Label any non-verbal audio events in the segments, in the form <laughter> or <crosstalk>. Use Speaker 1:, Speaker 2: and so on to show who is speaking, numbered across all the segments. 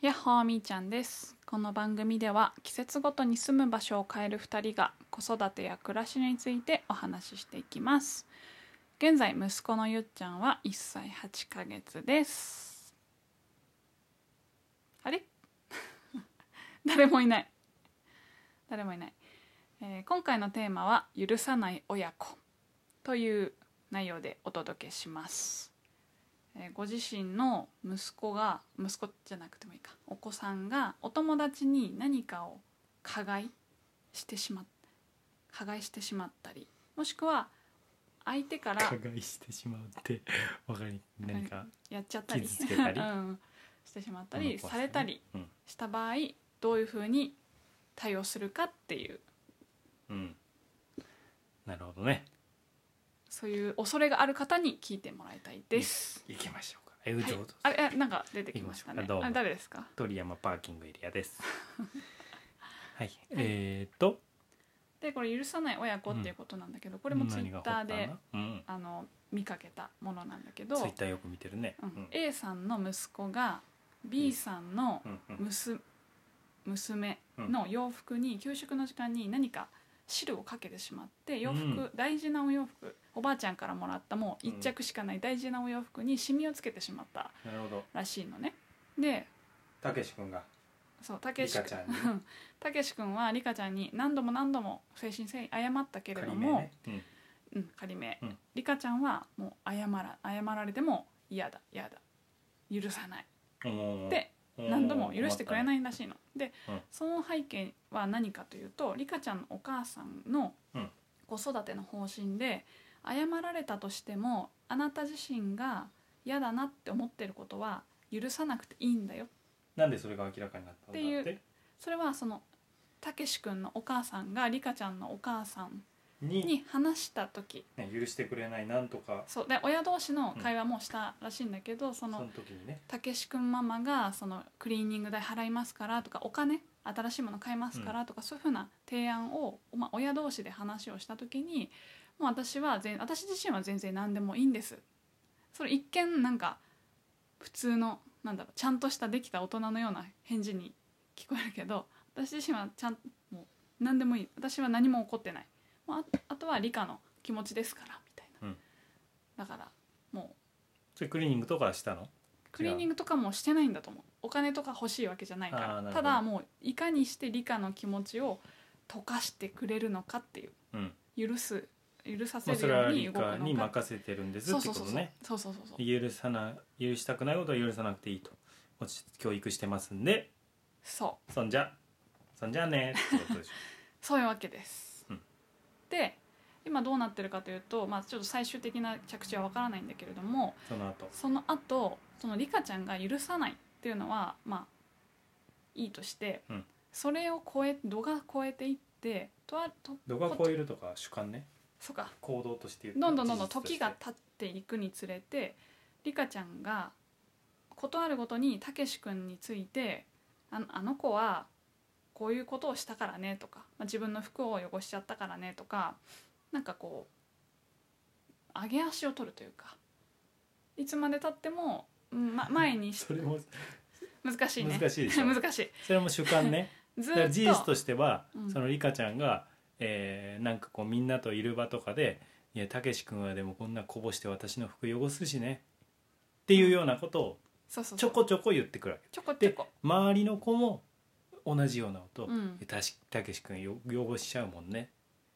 Speaker 1: やっほーみーちゃんですこの番組では季節ごとに住む場所を変える2人が子育てや暮らしについてお話ししていきます現在息子のゆっちゃんは1歳8ヶ月ですあれ <laughs> 誰もいない誰もいない、えー今回のテーマは「許さない親子」という内容でお届けしますえーご自身の息子が息子じゃなくてもいいかお子さんがお友達に何かを加害してしまっ加害してしまったりもしくは相手から
Speaker 2: 加害してしまうってわかり何か
Speaker 1: やっちゃったり
Speaker 2: 傷つけた
Speaker 1: <laughs>
Speaker 2: り
Speaker 1: うん、してしまったり
Speaker 2: 物壊したり
Speaker 1: されたり
Speaker 2: うん
Speaker 1: した場合どういうふうに対応するかっていう
Speaker 2: うんなるほどね
Speaker 1: そういう恐れがある方に聞いてもらいたいです。
Speaker 2: 行きましょうかえう
Speaker 1: はい
Speaker 2: ちょうど、
Speaker 1: あれあなんか出てきましたね
Speaker 2: 行きましょうかどう。も
Speaker 1: あれ誰ですか？
Speaker 2: 鳥山パーキングエリアです
Speaker 1: <laughs>
Speaker 2: はいえー、っと
Speaker 1: でこれ許さない親子っていうことなんだけど、これもツイッターで
Speaker 2: うん
Speaker 1: あの見かけたものなんだけど
Speaker 2: ツイ、ッターよく見てるね
Speaker 1: う
Speaker 2: うん
Speaker 1: ん、A さんの息子が B さんの
Speaker 2: うんうん
Speaker 1: むす娘の洋服に給食の時間に何か汁をかけてしまって洋服、
Speaker 2: うん
Speaker 1: 大事なお洋服おばあちゃんからもらったもう一着しかない大事なお洋服にシミをつけてしまった
Speaker 2: なるほど
Speaker 1: らしいのね。で
Speaker 2: たけし君が
Speaker 1: そうたけ
Speaker 2: リ
Speaker 1: し
Speaker 2: カちゃんにね
Speaker 1: <laughs> たけし君はリカちゃんに何度も何度も誠心誠意謝ったけれど
Speaker 2: 仮
Speaker 1: も、
Speaker 2: 名ねうん
Speaker 1: うん、仮名、
Speaker 2: うん
Speaker 1: リカちゃんはもう謝ら謝られても嫌だ嫌だ許さない
Speaker 2: おー
Speaker 1: で
Speaker 2: おー
Speaker 1: 何度も許してくれないらしいの、で、
Speaker 2: うん
Speaker 1: その背景は何かというとリカちゃんのお母さんの
Speaker 2: うん
Speaker 1: 子育ての方針で謝られたとしてもあなた自身が嫌だなって思ってることは許さなくていいんだよ
Speaker 2: なんでそれが明らかになったんだ
Speaker 1: って
Speaker 2: って
Speaker 1: それはそのたけし君のお母さんがリカちゃんのお母さん
Speaker 2: に、
Speaker 1: に話した時
Speaker 2: ね、許してくれないなんとか
Speaker 1: そうで親同士の会話もしたらしいんだけど、そ
Speaker 2: その
Speaker 1: の
Speaker 2: 時にね
Speaker 1: たけし君ママがそのクリーニング代払いますからとかお金新しいもの買いますからとか、そういうふうな提案を、まあ、親同士で話をした時にもう私は全私自身は全然何でもいいんですそれ一見なんか普通のなんだろうちゃんとしたできた大人のような返事に聞こえるけど私自身はちゃんもう何でもいい私は何も怒ってないもうああとは理科の気持ちですからみたいな、
Speaker 2: うん
Speaker 1: だからもう
Speaker 2: それクリーニングとかしたの
Speaker 1: クリーニングとかもしてないんだと思うお金とか欲しいわけじゃないか
Speaker 2: あーな
Speaker 1: ら
Speaker 2: るほど
Speaker 1: ただもういかにして理科の気持ちを溶かしてくれるのかっていう
Speaker 2: うん
Speaker 1: 許す許させ
Speaker 2: まあ、そ
Speaker 1: る
Speaker 2: れ
Speaker 1: よ
Speaker 2: は
Speaker 1: うに
Speaker 2: 理
Speaker 1: 動く
Speaker 2: 科に
Speaker 1: のか
Speaker 2: 任せてるんです
Speaker 1: そう
Speaker 2: って
Speaker 1: そ
Speaker 2: こ
Speaker 1: うそ
Speaker 2: と
Speaker 1: うそう
Speaker 2: ね
Speaker 1: そうそうそう
Speaker 2: 許さな許したくないことは許さなくていいとこっち教育してますんで
Speaker 1: そう
Speaker 2: そんじゃそんじゃあねってことでしょ <laughs>
Speaker 1: そういうわけです、
Speaker 2: うん
Speaker 1: で今どうなってるかというと、まあ、ちょっと最終的な着地はわからないんだけれども
Speaker 2: その後
Speaker 1: その後そのリカちゃんが許さないっていうのはまあいいとして、
Speaker 2: うん
Speaker 1: それを超え度が超えていってとあと
Speaker 2: 度が超えるとか主観ね
Speaker 1: そうか
Speaker 2: 行動として言う
Speaker 1: どんどんどんどん
Speaker 2: 事実とし
Speaker 1: 時
Speaker 2: て
Speaker 1: が経っていくにつれてリカちゃんがことあるごとにたけし君についてあの「あの子はこういうことをしたからね」とか、まあ自分の服を汚しちゃったからね」とかなんかこう上げ足を取るというかいつまでたっても、うんま、前に
Speaker 2: <laughs>
Speaker 1: し
Speaker 2: それも
Speaker 1: 難しいね
Speaker 2: 難しいでしょ
Speaker 1: <laughs> 難し
Speaker 2: それも主観ね
Speaker 1: い <laughs> ず
Speaker 2: だから事
Speaker 1: ー
Speaker 2: 実
Speaker 1: っと
Speaker 2: としては、
Speaker 1: うん
Speaker 2: そのリカちゃんが、えーなんかこうみんなといる場とかで「いやたけし君はでもこんなこぼして私の服汚すしね」っていうようなことを
Speaker 1: そうそう
Speaker 2: ち
Speaker 1: そ
Speaker 2: ょ
Speaker 1: う
Speaker 2: こちょこ言ってくるわけ
Speaker 1: ちょこちょこ
Speaker 2: 周りの子も同じような音、
Speaker 1: うん
Speaker 2: たしたけし君よ汚しちゃうもんね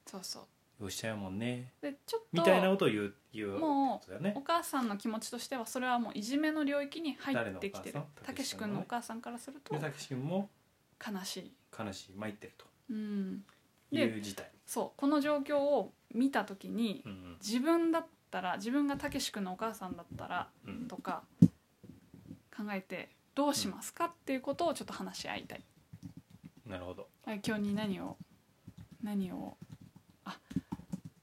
Speaker 1: そうそう
Speaker 2: 汚しちゃうもんね
Speaker 1: でちょっと
Speaker 2: みたいなことを言う言う
Speaker 1: もう
Speaker 2: ことだよね
Speaker 1: お母さんの気持ちとしてはそれはもういじめの領域に入ってきてる
Speaker 2: 誰のお母さん
Speaker 1: たけし君のお母さんからすると
Speaker 2: でたけし君も
Speaker 1: 悲しい、
Speaker 2: 悲しい参ってると
Speaker 1: うん、
Speaker 2: い
Speaker 1: で
Speaker 2: う事態、
Speaker 1: そうこの状況を見た時に
Speaker 2: うんうん
Speaker 1: 自分だったら自分がたけし君のお母さんだったら
Speaker 2: うん
Speaker 1: とか考えてどうしますかっていうことをちょっと話し合いたい
Speaker 2: なるほど
Speaker 1: あ今日に何を何をあ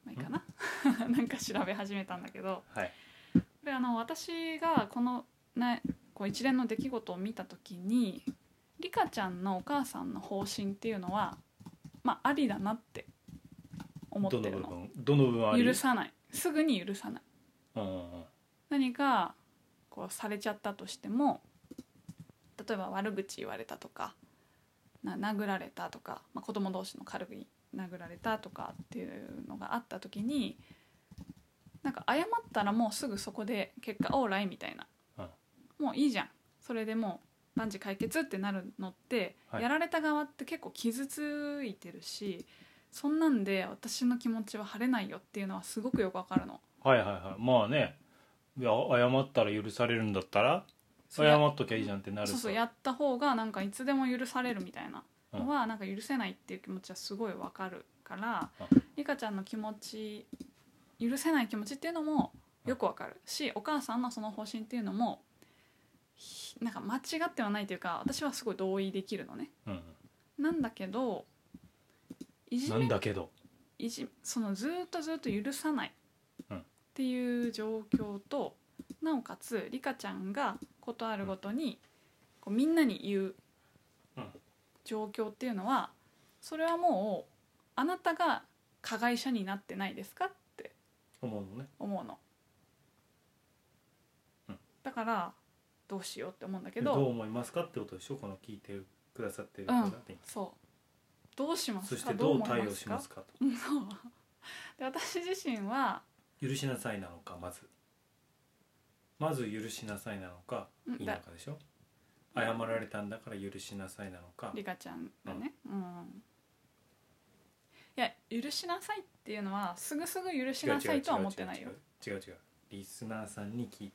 Speaker 1: まあいいかな <laughs> なんか調べ始めたんだけど
Speaker 2: はい
Speaker 1: であの私がこの、ね、こう一連の出来事を見た時にリカちゃんのお母さんの方針っていうのはまあありだなって思って
Speaker 2: どの
Speaker 1: る
Speaker 2: 部
Speaker 1: の
Speaker 2: 分どの部分あり
Speaker 1: 許さないすぐに許さない
Speaker 2: うんうんうん
Speaker 1: 何かこうされちゃったとしても例えば悪口言われたとかな殴られたとか、まあ、子供同士の軽い殴られたとかっていうのがあった時になんか謝ったらもうすぐそこで結果オーライみたいな、もういいじゃんそれでもう万事解決ってなるのって、
Speaker 2: はい
Speaker 1: やられた側って結構傷ついてるしそんなんで私の気持ちは晴れないよっていうのはすごくよくわかるの。
Speaker 2: はいはいはいまあねいや謝ったら許されるんだったら
Speaker 1: そうや
Speaker 2: 謝っときゃいいじゃんってなる
Speaker 1: そうそう
Speaker 2: さ
Speaker 1: やった方がなんかいつでも許されるみたいなのはなんか許せないっていう気持ちはすごいわかるから、
Speaker 2: う
Speaker 1: リカちゃんの気持ち許せない気持ちっていうのもよくわかるしお母さんのその方針っていうのもひなんか間違ってはないというか私はすごい同意できるのね。
Speaker 2: うん、
Speaker 1: なんだけどいじ
Speaker 2: な
Speaker 1: め
Speaker 2: んだけど
Speaker 1: いじそのずーっとずーっと許さない
Speaker 2: うん
Speaker 1: っていう状況と、なおかつリカちゃんがことあるごとにこうみんなに言う
Speaker 2: うん
Speaker 1: 状況っていうのはそれはもうあなたが加害者になってないですかって
Speaker 2: 思うのね
Speaker 1: 思うの、
Speaker 2: うん
Speaker 1: だからどうしようって思うんだけ
Speaker 2: ど
Speaker 1: ど
Speaker 2: う思いますかってことでしょこの聞いてくださってる方って、
Speaker 1: そうどうします
Speaker 2: そ
Speaker 1: か
Speaker 2: してどう
Speaker 1: 思い
Speaker 2: 対応します
Speaker 1: か
Speaker 2: かと
Speaker 1: うんそう <laughs> で私自身は
Speaker 2: 許しなさいなのかまずまず許しなさいなのか
Speaker 1: うん
Speaker 2: 否
Speaker 1: だ
Speaker 2: かでしょ謝られたんだから許しなさいなのか
Speaker 1: リカちゃんがね、うんいや許しなさいっていうのはすぐすぐ許しなさいとは思ってないよ
Speaker 2: 違う違う違う違う違う違うリスナーさんに聞い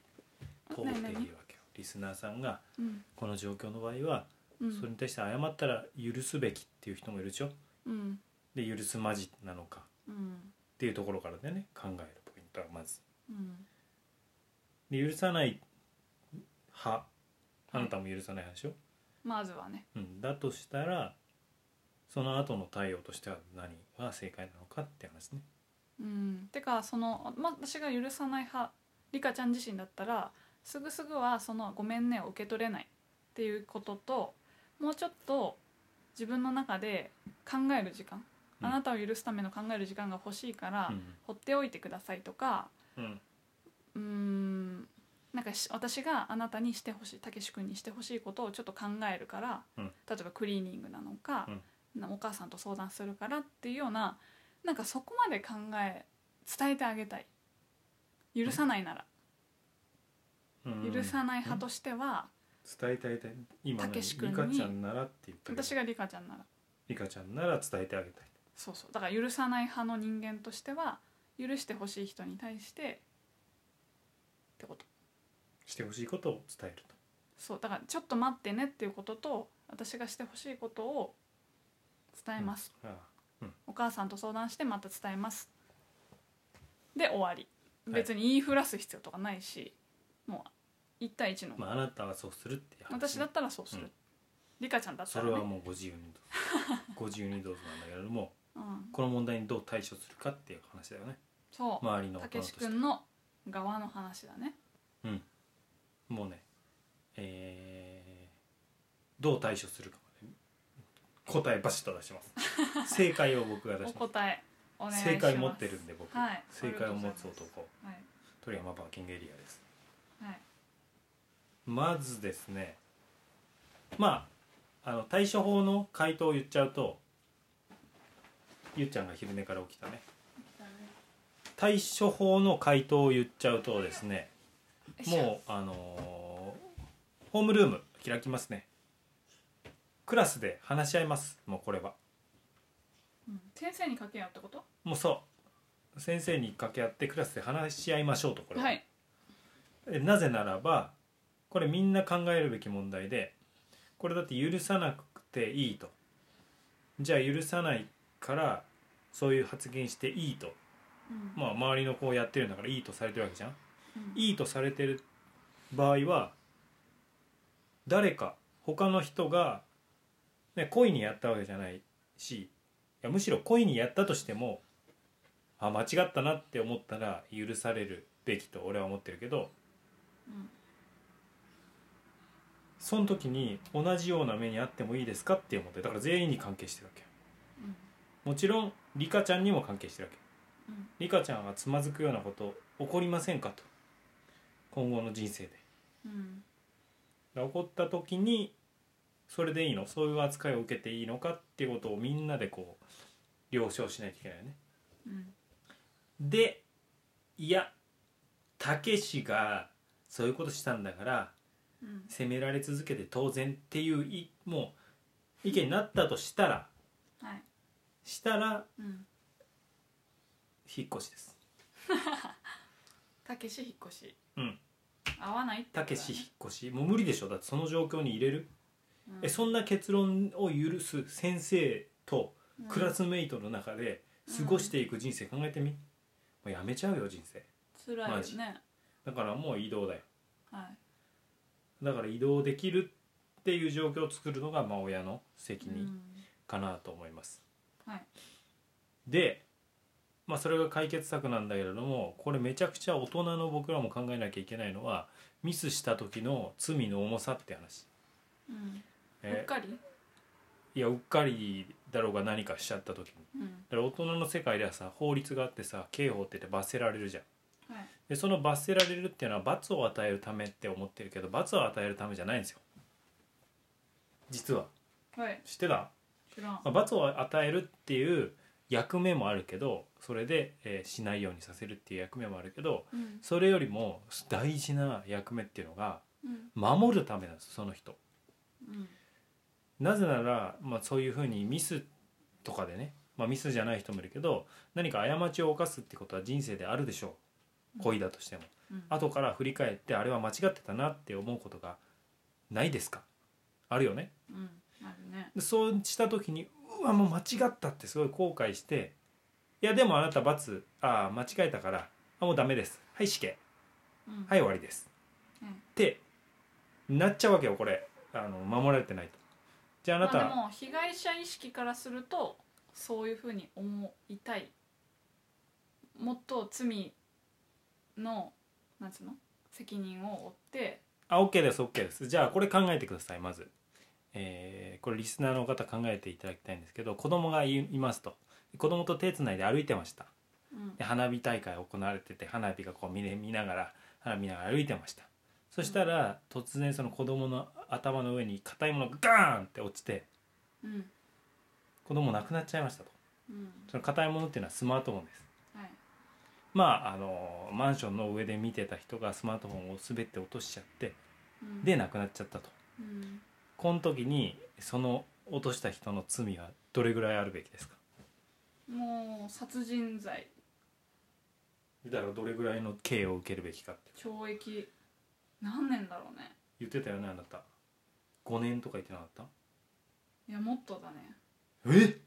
Speaker 2: 問
Speaker 1: 何
Speaker 2: うているわ
Speaker 1: 何
Speaker 2: けよリスナーさんが
Speaker 1: うん
Speaker 2: この状況の場合は、
Speaker 1: う
Speaker 2: それ
Speaker 1: ん
Speaker 2: に対して謝ったら許すべきっていう人もいるでしょ
Speaker 1: うん
Speaker 2: で許すまじなのか
Speaker 1: うん
Speaker 2: っていうところからでね考えるポイントはまず
Speaker 1: うん
Speaker 2: で許さない派あなたも許さない派でしょ、
Speaker 1: まずはね
Speaker 2: うん、だとしたらその後の対応としては何が正解なのかって話ね
Speaker 1: うんてかその、ま、私が許さない派リカちゃん自身だったらすぐすぐはその「ごめんね」を受け取れないっていうことともうちょっと自分の中で考える時間、
Speaker 2: うん
Speaker 1: あなたを許すための考える時間が欲しいから、放っておいてくださいとか
Speaker 2: うん、うん
Speaker 1: うーんなんかし私があなたにしてほしいたけし君にしてほしいことをちょっと考えるから、
Speaker 2: うん
Speaker 1: 例えばクリーニングなのか、なお母さんと相談するからっていうようななんかそこまで考え伝えてあげたい許さないなら、
Speaker 2: うん
Speaker 1: 許さない派としては、
Speaker 2: 伝えてあげたい今
Speaker 1: た
Speaker 2: の
Speaker 1: け
Speaker 2: リ
Speaker 1: し君に
Speaker 2: カちゃんならって言ったけど
Speaker 1: 私がリカちゃんなら
Speaker 2: リカちゃんなら伝えてあげたい
Speaker 1: そうそうだから許さない派の人間としては許してほしい人に対してってこと
Speaker 2: してほしいことを伝えると
Speaker 1: そうだからちょっと待ってねっていうことと私がしてほしいことを伝えます、
Speaker 2: ああ
Speaker 1: お母さんと相談してまた伝えますで終わり
Speaker 2: はい
Speaker 1: 別に言いふらす必要とかないし、もう1対1の、
Speaker 2: まああなたはそうするっていう話ね
Speaker 1: 私だったらそうする、
Speaker 2: うん
Speaker 1: リカちゃんだった
Speaker 2: そ
Speaker 1: ら、
Speaker 2: れ
Speaker 1: ね
Speaker 2: はもうご自由にどうぞご自由にどうぞなんだけれども
Speaker 1: うん、
Speaker 2: この問題にどう対処するかっていう話だよね
Speaker 1: そう
Speaker 2: 周りの
Speaker 1: た
Speaker 2: 大
Speaker 1: け
Speaker 2: 人とし
Speaker 1: して君の側の話だね
Speaker 2: もうねえーどう対処するかまで答えバシッと出しま
Speaker 1: <laughs>
Speaker 2: す正解を僕が出
Speaker 1: お
Speaker 2: しま
Speaker 1: 答えお願い
Speaker 2: す
Speaker 1: します
Speaker 2: 正解持ってるんで僕、
Speaker 1: はい
Speaker 2: 正解を持つ男
Speaker 1: はい
Speaker 2: 鳥山パーキングエリアです
Speaker 1: はい
Speaker 2: まずですねまああの対処法の回答を言っちゃうとゆっちゃんが昼寝から起きたね対処法の回答を言っちゃうとですねもうあのーホームルーム開きますねクラスで話し合いますもうこれは
Speaker 1: う、うん、先生に掛け合うってこと
Speaker 2: もうそう先生に掛け合ってクラスで話し合いましょうとこれは、
Speaker 1: はい
Speaker 2: えなぜならばこれみんな考えるべき問題でこれだって許さなくていいとじゃあ許さないからそういう発言していいと
Speaker 1: うん
Speaker 2: まあ周りの子をやってるんだからいいとされてるわけじゃん
Speaker 1: うん
Speaker 2: いいとされてる場合は誰か他の人が、ね、故意にやったわけじゃないしいやむしろ故意にやったとしてもあ間違ったなって思ったら許されるべきと俺は思ってるけど
Speaker 1: うん
Speaker 2: その時に同じような目にあってもいいですかって思ってだから全員に関係してるわけよ
Speaker 1: うん
Speaker 2: もちろんリカちゃんにも関係してるわけ
Speaker 1: うん
Speaker 2: リカちゃんがつまずくようなこと起こりませんかと今後の人生で
Speaker 1: うん
Speaker 2: 起こった時にそれでいいのそういう扱いを受けていいのかっていうことをみんなでこう了承しないといけないよね
Speaker 1: うん
Speaker 2: でいやたけしがそういうことしたんだから
Speaker 1: うん
Speaker 2: 責められ続けて当然っていういもう意見になったとしたら
Speaker 1: はい
Speaker 2: したら
Speaker 1: うん
Speaker 2: 引っ越しです
Speaker 1: たけし引っ越し
Speaker 2: うん
Speaker 1: 合わないってこと
Speaker 2: た
Speaker 1: だね
Speaker 2: けし引っ越しもう無理でしょだってその状況に入れる、
Speaker 1: うん
Speaker 2: えそんな結論を許す先生と
Speaker 1: うん
Speaker 2: クラスメイトの中で過ごしていく人生考えてみ、もうやめちゃうよ人生
Speaker 1: 辛いよ
Speaker 2: マジ
Speaker 1: ね
Speaker 2: だからもう移動だよ
Speaker 1: はい
Speaker 2: だから移動できるっていう状況を作るのがまあ親の責
Speaker 1: う
Speaker 2: 任
Speaker 1: ん
Speaker 2: かなと思います、
Speaker 1: はい
Speaker 2: で、まあ、それが解決策なんだけれどもこれめちゃくちゃ大人の僕らも考えなきゃいけないのはミスした時の罪の重さって話、
Speaker 1: うんうっ
Speaker 2: え
Speaker 1: かり
Speaker 2: いやうっかりだろうが何かしちゃった時に
Speaker 1: うん
Speaker 2: だから大人の世界ではさ法律があってさ刑法って言って罰せられるじゃん
Speaker 1: はい
Speaker 2: でその罰せられるっていうのは罰を与えるためって思ってるけど罰を与えるためじゃないんですよ実は
Speaker 1: はい
Speaker 2: 知ってた
Speaker 1: 知らん
Speaker 2: まあ罰を与えるっていう役目もあるけどそれで、えーしないようにさせるっていう役目もあるけど
Speaker 1: うん
Speaker 2: それよりも大事な役目っていうのが
Speaker 1: うん
Speaker 2: 守るためなんですその人
Speaker 1: うん
Speaker 2: なぜなら、まあ、そういうふうにミスとかでね、まあ、ミスじゃない人もいるけど何か過ちを犯すってことは人生であるでしょう恋だとしても
Speaker 1: うん
Speaker 2: 後から振り返ってあれは間違ってたなって思うことがないですかあるよね
Speaker 1: うんあるね
Speaker 2: でそうした時にうわもう間違ったってすごい後悔していやでもあなた罰ああ間違えたからあもうダメですはい死刑
Speaker 1: うん
Speaker 2: はい終わりです、
Speaker 1: うん
Speaker 2: ってなっちゃうわけよこれあの守られてないとじゃああなた、
Speaker 1: まあ、でも被害者意識からするとそういうふうに思いたいもっと罪のなんつうの責任を負って
Speaker 2: あ OK です OK ですじゃあこれ考えてくださいまず、えーこれリスナーの方考えていただきたいんですけど子供がいいますと子供と手つないで歩いてました
Speaker 1: うん
Speaker 2: で花火大会行われてて花火がこう見れ見ながら花火見ながら歩いてましたそしたら突然その子供の頭の上に硬いものがガーンって落ちて
Speaker 1: うん
Speaker 2: 子供亡くなっちゃいましたと
Speaker 1: うん
Speaker 2: その硬いものっていうのはスマートフォンです
Speaker 1: はい
Speaker 2: まああのマンションの上で見てた人がスマートフォンを滑って落としちゃって
Speaker 1: うん
Speaker 2: で亡くなっちゃったと
Speaker 1: うん
Speaker 2: この時にその落とした人の罪はどれぐらいあるべきですか
Speaker 1: もう殺人罪
Speaker 2: だからどれぐらいの刑を受けるべきかって
Speaker 1: 懲役何年だろうね
Speaker 2: 言ってたよねあなた5年とか言ってなかっ
Speaker 1: いやもっとだね
Speaker 2: たえ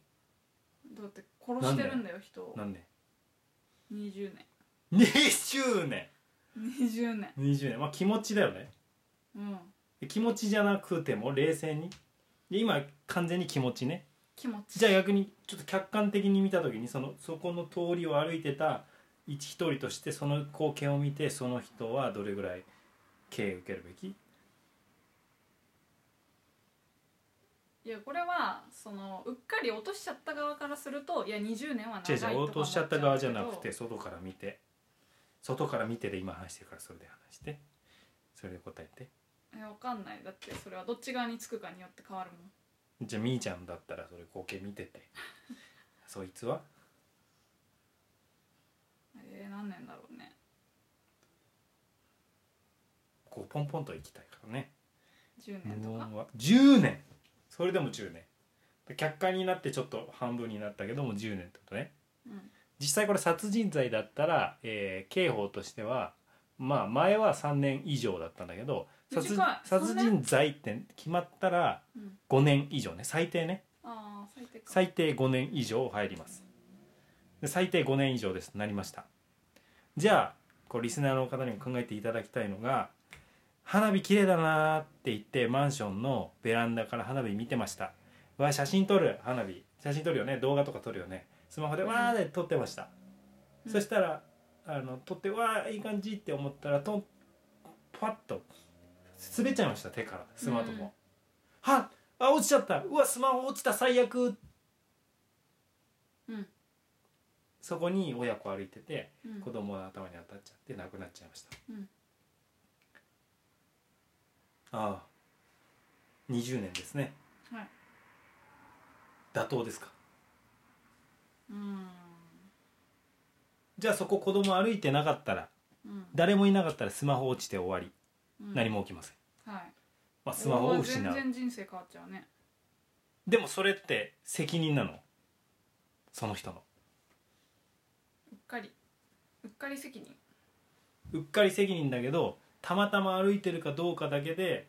Speaker 1: だって殺してるんだよ人を
Speaker 2: 何年
Speaker 1: 20年
Speaker 2: 20年
Speaker 1: 20年
Speaker 2: 20年まあ気持ちだよね
Speaker 1: うん
Speaker 2: 気持ちじゃなくても冷静にで今完全に気持ちね
Speaker 1: 気持ち
Speaker 2: じゃあ逆にちょっと客観的に見た時にそのそこの通りを歩いてた一一人としてその光景を見てその人はどれぐらい刑受けるべき
Speaker 1: いやこれはそのうっかり落としちゃった側からするといや20年は長
Speaker 2: 違う
Speaker 1: いとか
Speaker 2: 違う
Speaker 1: 思
Speaker 2: 落としちゃった側じゃなく
Speaker 1: っちゃう
Speaker 2: て外から見て外から見てで今話してるからそれで話してそれで答えて
Speaker 1: けどえわかんないだってそれはどっち側につくかによって変わるもん
Speaker 2: じゃあみーちゃんだったらそれ光景見て <laughs> てそいつは
Speaker 1: えー、何年だろうね
Speaker 2: こうポンポンと行きたいからね
Speaker 1: 10年
Speaker 2: 無
Speaker 1: とか
Speaker 2: 音は10年それでも10年で客観になってちょっと半分になったけども10年ってことね
Speaker 1: うん
Speaker 2: 実際これ殺人罪だったら、えー刑法としてはまあ前は3年以上だったんだけど殺
Speaker 1: 短い
Speaker 2: 殺
Speaker 1: そん
Speaker 2: 人罪って決まったら
Speaker 1: うん
Speaker 2: 5年以上ね最低ね
Speaker 1: ああ最低か
Speaker 2: 最低5年以上入りますで最低5年以上ですなりましたじゃあこうリスナーの方にも考えていただきたいのが花火綺麗だなーって言ってマンションのベランダから花火見てましたうわ写真撮る花火写真撮るよね動画とか撮るよねスマホで
Speaker 1: うん
Speaker 2: わーで撮ってました、
Speaker 1: うん
Speaker 2: そしたらあの撮ってわーいい感じって思ったらとパッと滑っちゃいました手からスマートフォン、
Speaker 1: うん
Speaker 2: はっあ落ちちゃったうわスマホ落ちた最悪
Speaker 1: うん
Speaker 2: そこに親子歩いてて
Speaker 1: うん
Speaker 2: 子供の頭に当たっちゃって亡くなっちゃいました、
Speaker 1: うん
Speaker 2: ああ20年ですね
Speaker 1: はい
Speaker 2: 妥当ですか
Speaker 1: うん
Speaker 2: じゃあそこ子供歩いてなかったら
Speaker 1: うん
Speaker 2: 誰もいなかったらスマホ落ちて終わり、
Speaker 1: うん
Speaker 2: 何も起きません、
Speaker 1: はい
Speaker 2: まあ、スマホを
Speaker 1: おー
Speaker 2: 失う
Speaker 1: 全然人生変わっちゃうね
Speaker 2: でもそれって責任なのその人の
Speaker 1: うっかりうっかり責任
Speaker 2: うっかり責任だけどたまたま歩いてるかどうかだけで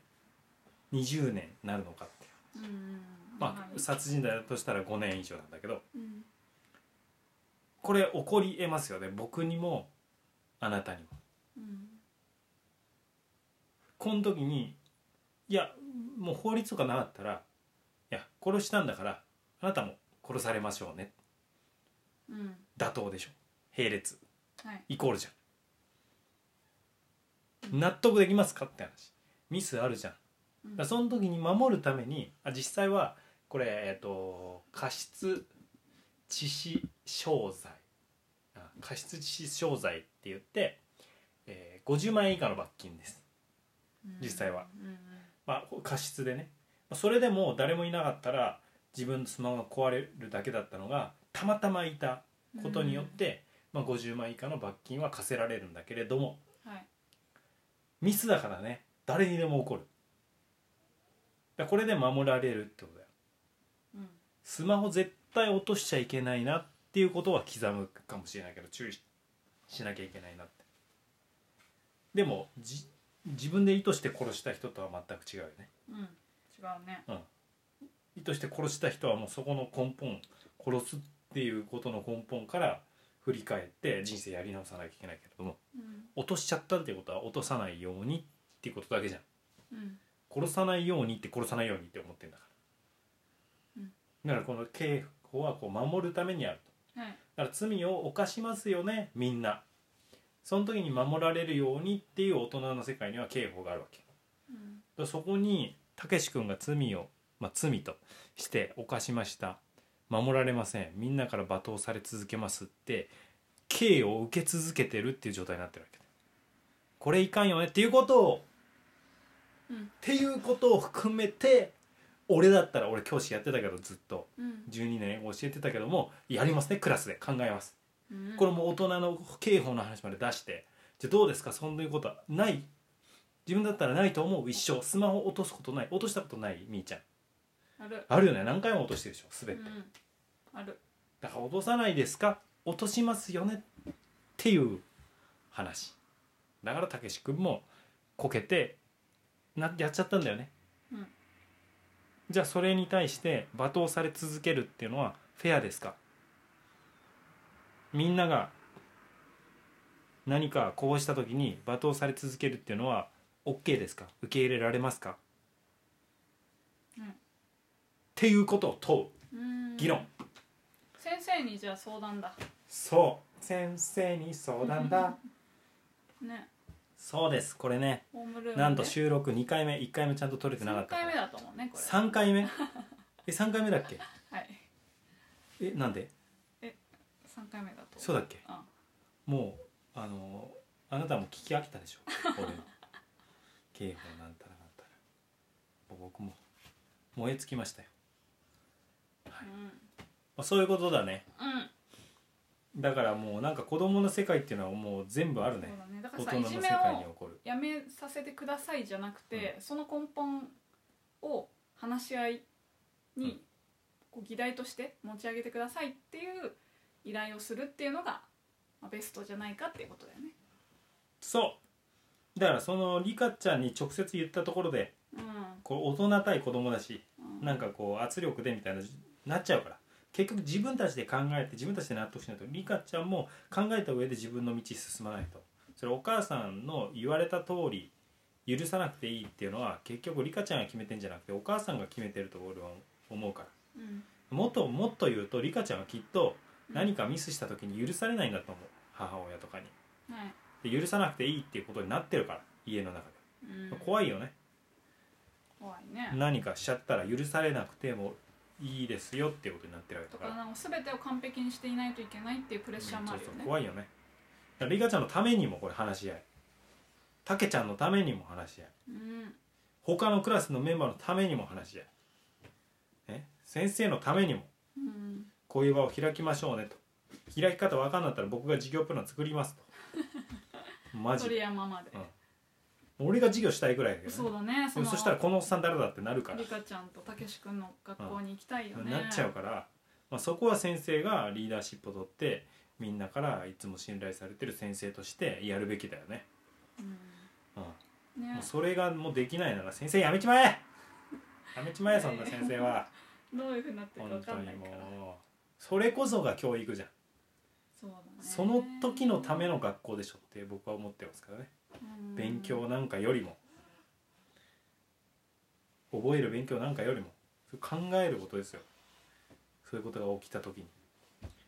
Speaker 2: 20年なるのかって
Speaker 1: うん
Speaker 2: まあ殺人罪だとしたら5年以上なんだけど
Speaker 1: うん
Speaker 2: これ起こり得ますよね僕にもあなたにも
Speaker 1: うん
Speaker 2: この時にいやもう法律とかなかったらいや殺したんだからあなたも殺されましょうね
Speaker 1: うん
Speaker 2: 妥当でしょ並列
Speaker 1: はい
Speaker 2: イコールじゃ
Speaker 1: うん
Speaker 2: 納得できますかって話ミスあるじゃん
Speaker 1: う
Speaker 2: だか
Speaker 1: ん
Speaker 2: らその時に守るためにあ実際はこれ、えっと過失致死傷罪あ過失致死傷罪って言って、えー50万円以下の罰金です、実際は
Speaker 1: うんうん
Speaker 2: まあ、過失でねまあそれでも誰もいなかったら自分のスマホが壊れるだけだったのがたまたまいた
Speaker 1: うん
Speaker 2: ことによって、まあ、50万円以下の罰金は課せられるんだけれども
Speaker 1: はい
Speaker 2: ミスだからね誰にでも起こるだからこれで守られるってことだよ
Speaker 1: うん
Speaker 2: スマホ絶対落としちゃいけないなっていうことは刻むかもしれないけど注意ししなきゃいけないなってでもじ自分で意図して殺した人とは全く違うよね
Speaker 1: うん違うね
Speaker 2: 意図して殺した人はもうそこの根本殺すっていうことの根本から振り返って人生やり直さなきゃいけないけれども
Speaker 1: うん
Speaker 2: 落としちゃったっていうことは落とさないようにっていうことだけじゃん
Speaker 1: うん
Speaker 2: 殺さないようにって殺さないようにって思ってんだから、
Speaker 1: うん
Speaker 2: だからこの刑法はこう守るためにあると
Speaker 1: はい
Speaker 2: だから罪を犯しますよねみんなその時に守られるようにっていう大人の世界には刑法があるわけだか
Speaker 1: うん
Speaker 2: らそこにたけし君が罪を、まあ、罪として犯しました守られませんみんなから罵倒され続けますって刑を受け続けてるっていう状態になってるわけだこれいかんよねっていうことを
Speaker 1: うん
Speaker 2: っていうことを含めて俺だったら俺教師やってたけどずっと
Speaker 1: うん
Speaker 2: 12年英語教えてたけどもやりますねクラスで考えます
Speaker 1: うん
Speaker 2: これもう大人の刑法の話まで出してじゃあどうですかそんなことはない自分だったらないと思う一生スマホ落とすことない落としたことないみーちゃん
Speaker 1: ある
Speaker 2: あるよね何回も落としてるでしょ
Speaker 1: う
Speaker 2: 滑って、
Speaker 1: んある
Speaker 2: だから落とさないですか落としますよねっていう話だからたけし君もこけてなやっちゃったんだよね、
Speaker 1: うん
Speaker 2: じゃあそれに対して罵倒され続けるっていうのはフェアですかみんなが何かこうした時に罵倒され続けるっていうのは OK ですか受け入れられますか、
Speaker 1: うん
Speaker 2: っていうことを問
Speaker 1: うん
Speaker 2: う議論、
Speaker 1: 先生にじゃあ相談だ
Speaker 2: そう先生に相談だ
Speaker 1: ね
Speaker 2: <laughs> そうですこれね
Speaker 1: ホームルーム
Speaker 2: なんと収録2回目1回目ちゃんと撮れてなかっ
Speaker 1: 3
Speaker 2: た
Speaker 1: 回目だと思うねこれ
Speaker 2: 3回
Speaker 1: <laughs>
Speaker 2: 目え三3回目だっけ
Speaker 1: はい
Speaker 2: えなんで
Speaker 1: 3回目だと思
Speaker 2: そうだっけ
Speaker 1: うん
Speaker 2: もうあのーあなたも聞き飽きたでしょ
Speaker 1: <laughs>
Speaker 2: 俺の刑法なんたらなんたら僕も燃え尽きましたよ、まあ、そういうことだね
Speaker 1: うんうん
Speaker 2: だからもうなんか子供の世界っていうのはもう全部ある
Speaker 1: そう
Speaker 2: ね
Speaker 1: だねだか
Speaker 2: 大
Speaker 1: らさ
Speaker 2: 人
Speaker 1: い
Speaker 2: の
Speaker 1: じ
Speaker 2: 世
Speaker 1: め
Speaker 2: 界に
Speaker 1: を
Speaker 2: 起こる
Speaker 1: やめさせてくださいじゃなくて、その根本を話し合い
Speaker 2: うん
Speaker 1: にこう議題として持ち上げてくださいっていう依頼をするっていうのが、まあ、ベストじゃないかっていうことだよね。
Speaker 2: そうだからそのリカちゃんに直接言ったところで
Speaker 1: うん
Speaker 2: こう大人対子供だし
Speaker 1: うん
Speaker 2: なんかこう圧力でみたいななっちゃうから結局自分たちで考えて自分たちで納得しないとリカちゃんも考えた上で自分の道進まないとそれお母さんの言われた通り許さなくていいっていうのは結局リカちゃんが決めてんじゃなくてお母さんが決めてると俺は思うから
Speaker 1: うん
Speaker 2: もっともっと言うとリカちゃんはきっと何かミスした時に許されないんだと思う母親とかに
Speaker 1: はい
Speaker 2: で許さなくていいっていうことになってるから家の中
Speaker 1: うん
Speaker 2: で怖いよね
Speaker 1: 怖いね。
Speaker 2: 何かしちゃったら許されなくてもいいですよっていうことになってるわけ
Speaker 1: と
Speaker 2: だか
Speaker 1: からなんか全てを完璧にしていないといけないっていうプレッシャーもあるよ
Speaker 2: そうそう
Speaker 1: ね。
Speaker 2: 怖いよねだからリカちゃんのためにもこれ話し合いたけちゃんのためにも話し合い
Speaker 1: うん
Speaker 2: 他のクラスのメンバーのためにも話し合い、ね、先生のためにも
Speaker 1: うん
Speaker 2: こういう場を開きましょうねと開き方わかんなかったら僕が授業プラン作りますと
Speaker 1: <laughs>
Speaker 2: マジ
Speaker 1: 鳥
Speaker 2: で
Speaker 1: 山まで、
Speaker 2: 俺が授業したいぐらいだけど、ね、
Speaker 1: そうだね
Speaker 2: で
Speaker 1: そ
Speaker 2: も
Speaker 1: の
Speaker 2: そしたらこのおっさん誰だってなるから
Speaker 1: リカちゃんとたけし君の学校に行きたいよね、
Speaker 2: なっちゃうから、まあ、そこは先生がリーダーシップを取ってみんなからいつも信頼されてる先生としてやるべきだよね、
Speaker 1: う
Speaker 2: うん、
Speaker 1: んね
Speaker 2: もうそれがもうできないなら先生やめちまえやめちまえそんな先生
Speaker 1: <laughs>
Speaker 2: は
Speaker 1: どういうふうになってるか
Speaker 2: 本
Speaker 1: 分か
Speaker 2: 当
Speaker 1: んな
Speaker 2: に
Speaker 1: いから
Speaker 2: もうそれこそが教育じゃん
Speaker 1: そうだね
Speaker 2: その時のための学校でしょって僕は思ってますからね
Speaker 1: うん
Speaker 2: 勉強なんかよりも覚える勉強なんかよりも考えることですよそういうことが起きた時に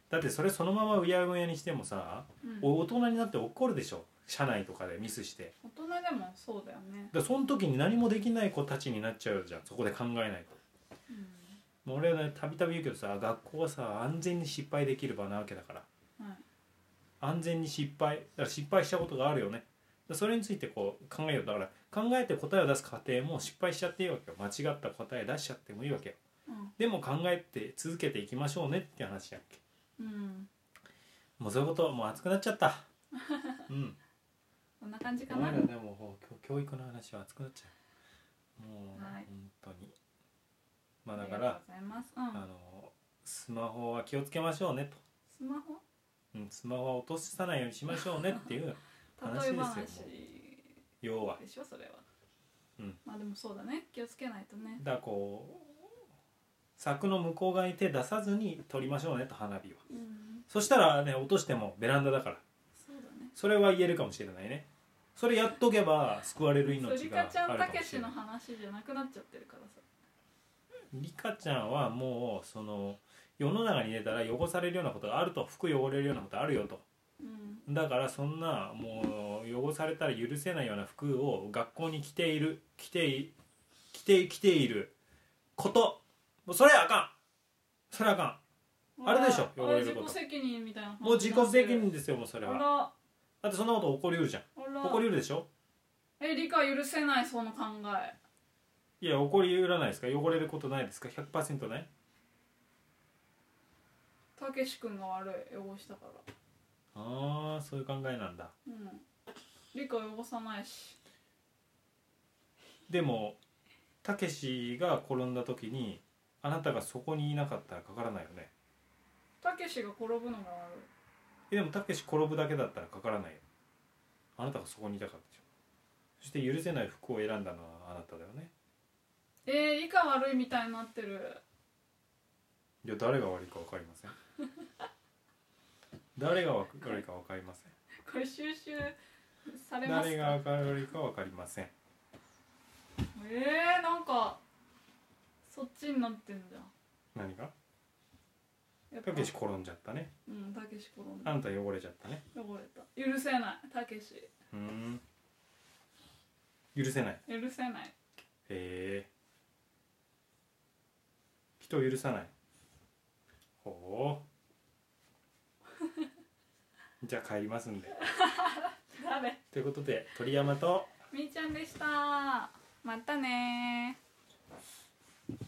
Speaker 2: だってそれそのままうやうやにしてもさ
Speaker 1: うん
Speaker 2: お大人になって怒るでしょ社内とかでミスして
Speaker 1: 大人でもそうだよね、
Speaker 2: だからその時に何もできない子たちになっちゃうじゃんそこで考えないと
Speaker 1: うん
Speaker 2: もう俺はねたびたび言うけどさ学校はさ安全に失敗できる場なわけだから
Speaker 1: はい、
Speaker 2: 安全に失敗だから失敗したことがあるよねだからそれについてこう考えようだから考えて答えを出す過程も失敗しちゃっていいわけよ間違った答え出しちゃってもいいわけよ
Speaker 1: うん
Speaker 2: でも考えて続けていきましょうねって話やっけ
Speaker 1: うん、
Speaker 2: もうそういうこともう熱くなっちゃった
Speaker 1: <laughs>
Speaker 2: うん
Speaker 1: こんな感じか
Speaker 2: ダ
Speaker 1: な、
Speaker 2: メだねもう教教育の話は熱くなっちゃうもう、
Speaker 1: はい
Speaker 2: 本当にまあだ
Speaker 1: ありが
Speaker 2: か
Speaker 1: とう
Speaker 2: ら
Speaker 1: ございます、
Speaker 2: あ
Speaker 1: うん、
Speaker 2: のスマホは気をつけましょうね
Speaker 1: スマホ
Speaker 2: と、うん、スマホは落とさないようにしましょうねっていう
Speaker 1: 例
Speaker 2: 話
Speaker 1: え
Speaker 2: ですよ要は
Speaker 1: 話でしょそれは、
Speaker 2: うん
Speaker 1: まあでもそうだね気をつけないとね
Speaker 2: だからこう柵の向こう側に手出さずに取りましょうねと花火は
Speaker 1: うん
Speaker 2: そしたらね落としてもベランダだから
Speaker 1: そうだね
Speaker 2: それは言えるかもしれないねそれやっとけば救われる
Speaker 1: そう
Speaker 2: 命
Speaker 1: リ
Speaker 2: があ
Speaker 1: カ
Speaker 2: る
Speaker 1: ちゃん
Speaker 2: か
Speaker 1: た
Speaker 2: も
Speaker 1: け
Speaker 2: し
Speaker 1: し
Speaker 2: れな
Speaker 1: の
Speaker 2: い
Speaker 1: 話じゃなくなっちゃってるからさ
Speaker 2: リカちゃんはもうその世の中に出たら汚されるようなことがあると服汚れるようなことあるよと
Speaker 1: うん
Speaker 2: だからそんなもう汚されたら許せないような服を学校に着ている着てい着て着ていることもうそれはあかんそれはあかんあれでしょ
Speaker 1: あら
Speaker 2: 汚れること
Speaker 1: あ自己責任みたいな話
Speaker 2: もう自己責任
Speaker 1: で
Speaker 2: ですよもうそ
Speaker 1: あ
Speaker 2: れ
Speaker 1: ら
Speaker 2: は
Speaker 1: あ
Speaker 2: だってそんなこと起こりうるじゃん
Speaker 1: ら
Speaker 2: 起こりうるでしょ
Speaker 1: え理解許せないその考え
Speaker 2: いや起こりうらないですか汚れることないですか100%ない
Speaker 1: たけし君が悪い汚したから
Speaker 2: ああそういう考えなんだ
Speaker 1: うん理解汚さないし
Speaker 2: でもたけしが転んだ時にあなたがそこにいなかったらかからないよね
Speaker 1: たけしが転ぶのが悪い
Speaker 2: えでもたけし転ぶだけだったらかからないよあなたがそこにいたからでしょそして許せない服を選んだのはあなただよね
Speaker 1: えー、理科悪いみたいになってる
Speaker 2: いや誰が悪いか分かりません誰が悪いか分かりません
Speaker 1: これ収集されます
Speaker 2: 誰が
Speaker 1: か
Speaker 2: 悪いか分かりません
Speaker 1: えー、なんかそっちになってんじゃ
Speaker 2: 何が
Speaker 1: んやっぱ
Speaker 2: たけし転んじゃったね
Speaker 1: うんたけし転んだ
Speaker 2: あんた汚れちゃったね
Speaker 1: 汚れた許せないたけし
Speaker 2: うーん許せないへ
Speaker 1: 許せない
Speaker 2: え人を許さないほう <laughs> じゃあ帰りますんで
Speaker 1: 誰
Speaker 2: ということで鳥山と
Speaker 1: みーちゃんでしたまたねー